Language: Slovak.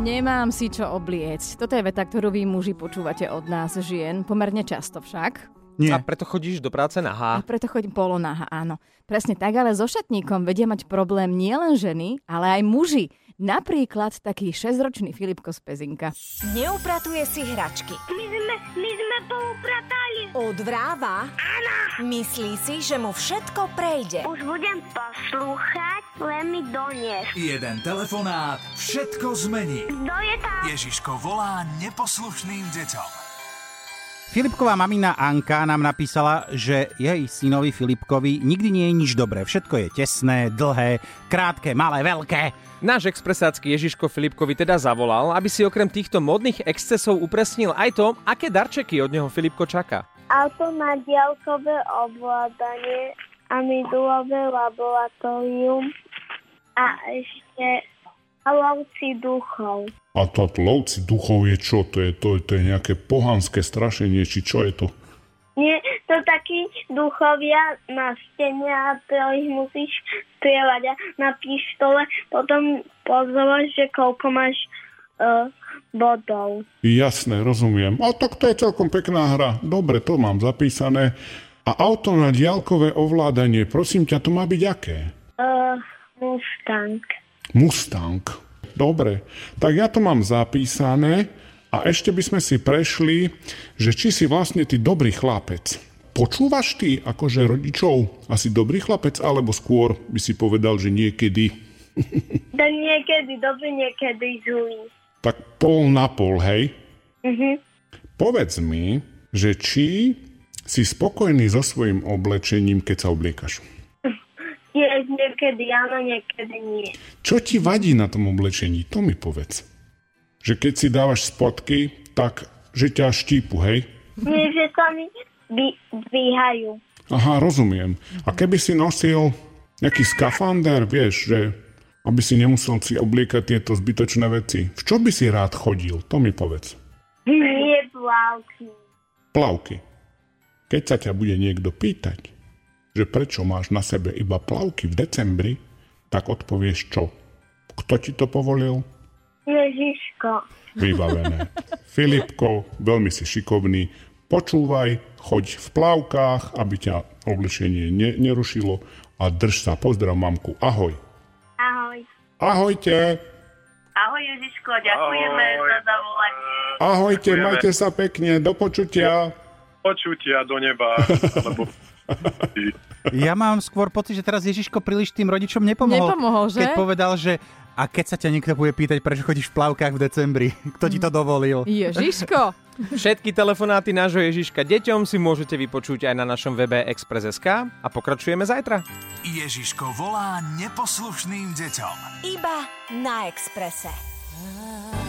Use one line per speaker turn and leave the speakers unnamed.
Nemám si čo obliecť. Toto je veta, ktorú vy muži počúvate od nás žien, pomerne často však.
Nie.
A preto chodíš do práce
A
nahá.
preto chodím polonáha, áno. Presne tak, ale so šatníkom vedia mať problém nielen ženy, ale aj muži. Napríklad taký 6-ročný Filipko z Pezinka.
Neupratuje si hračky.
My sme, my sme poupratali.
Odvráva. Áno. Myslí si, že mu všetko prejde.
Už budem poslúchať, len mi donies.
Jeden telefonát všetko zmení.
Kto je tam?
Ježiško volá neposlušným deťom.
Filipková mamina Anka nám napísala, že jej synovi Filipkovi nikdy nie je nič dobré. Všetko je tesné, dlhé, krátke, malé, veľké.
Náš expresácky Ježiško Filipkovi teda zavolal, aby si okrem týchto modných excesov upresnil aj to, aké darčeky od neho Filipko čaká.
Auto má diaľkové ovládanie, amidulové laboratórium a ešte lovci duchov.
A to lovci duchov je čo? To je, to, to je nejaké pohanské strašenie, či čo je to?
Nie, to takí duchovia na stene a to ich musíš strieľať a na pištole. Potom pozor, že koľko máš uh, bodov.
Jasné, rozumiem. A tak to je celkom pekná hra. Dobre, to mám zapísané. A auto na diaľkové ovládanie, prosím ťa, to má byť aké?
Uh, Mustang.
Mustang. Dobre, tak ja to mám zapísané a ešte by sme si prešli, že či si vlastne ty dobrý chlapec. Počúvaš ty akože rodičov asi dobrý chlapec, alebo skôr by si povedal, že niekedy
To niekedy dobrý, niekedy zlý.
tak pol na pol, hej? Mm-hmm. Povedz mi, že či si spokojný so svojím oblečením, keď sa obliekaš.
Nie, niekedy áno, niekedy nie.
Čo ti vadí na tom oblečení? To mi povedz. Že keď si dávaš spotky, tak že ťa štípu, hej?
Nie, že sa mi dví- dvíhajú.
Aha, rozumiem. A keby si nosil nejaký skafander, vieš, že aby si nemusel si obliekať tieto zbytočné veci. V čo by si rád chodil? To mi povedz.
Nie plavky.
Plavky. Keď sa ťa bude niekto pýtať, že prečo máš na sebe iba plavky v decembri, tak odpovieš čo? Kto ti to povolil?
Ježiško.
Vybavené. Filipko, veľmi si šikovný. Počúvaj, choď v plavkách, aby ťa oblečenie ne- nerušilo a drž sa. Pozdrav mamku. Ahoj.
Ahoj.
Ahojte.
Ahoj Ježiško, ďakujeme Ahoj. za zavolanie.
Ahojte, majte sa pekne. Do počutia.
počutia do neba, alebo
Ja mám skôr pocit, že teraz Ježiško príliš tým rodičom nepomohol.
Nepomohol, že?
Keď povedal, že a keď sa ťa niekto bude pýtať, prečo chodíš v plavkách v decembri, kto ti to dovolil?
Ježiško!
Všetky telefonáty nášho Ježiška deťom si môžete vypočuť aj na našom webe Express.sk a pokračujeme zajtra.
Ježiško volá neposlušným deťom.
Iba na Exprese.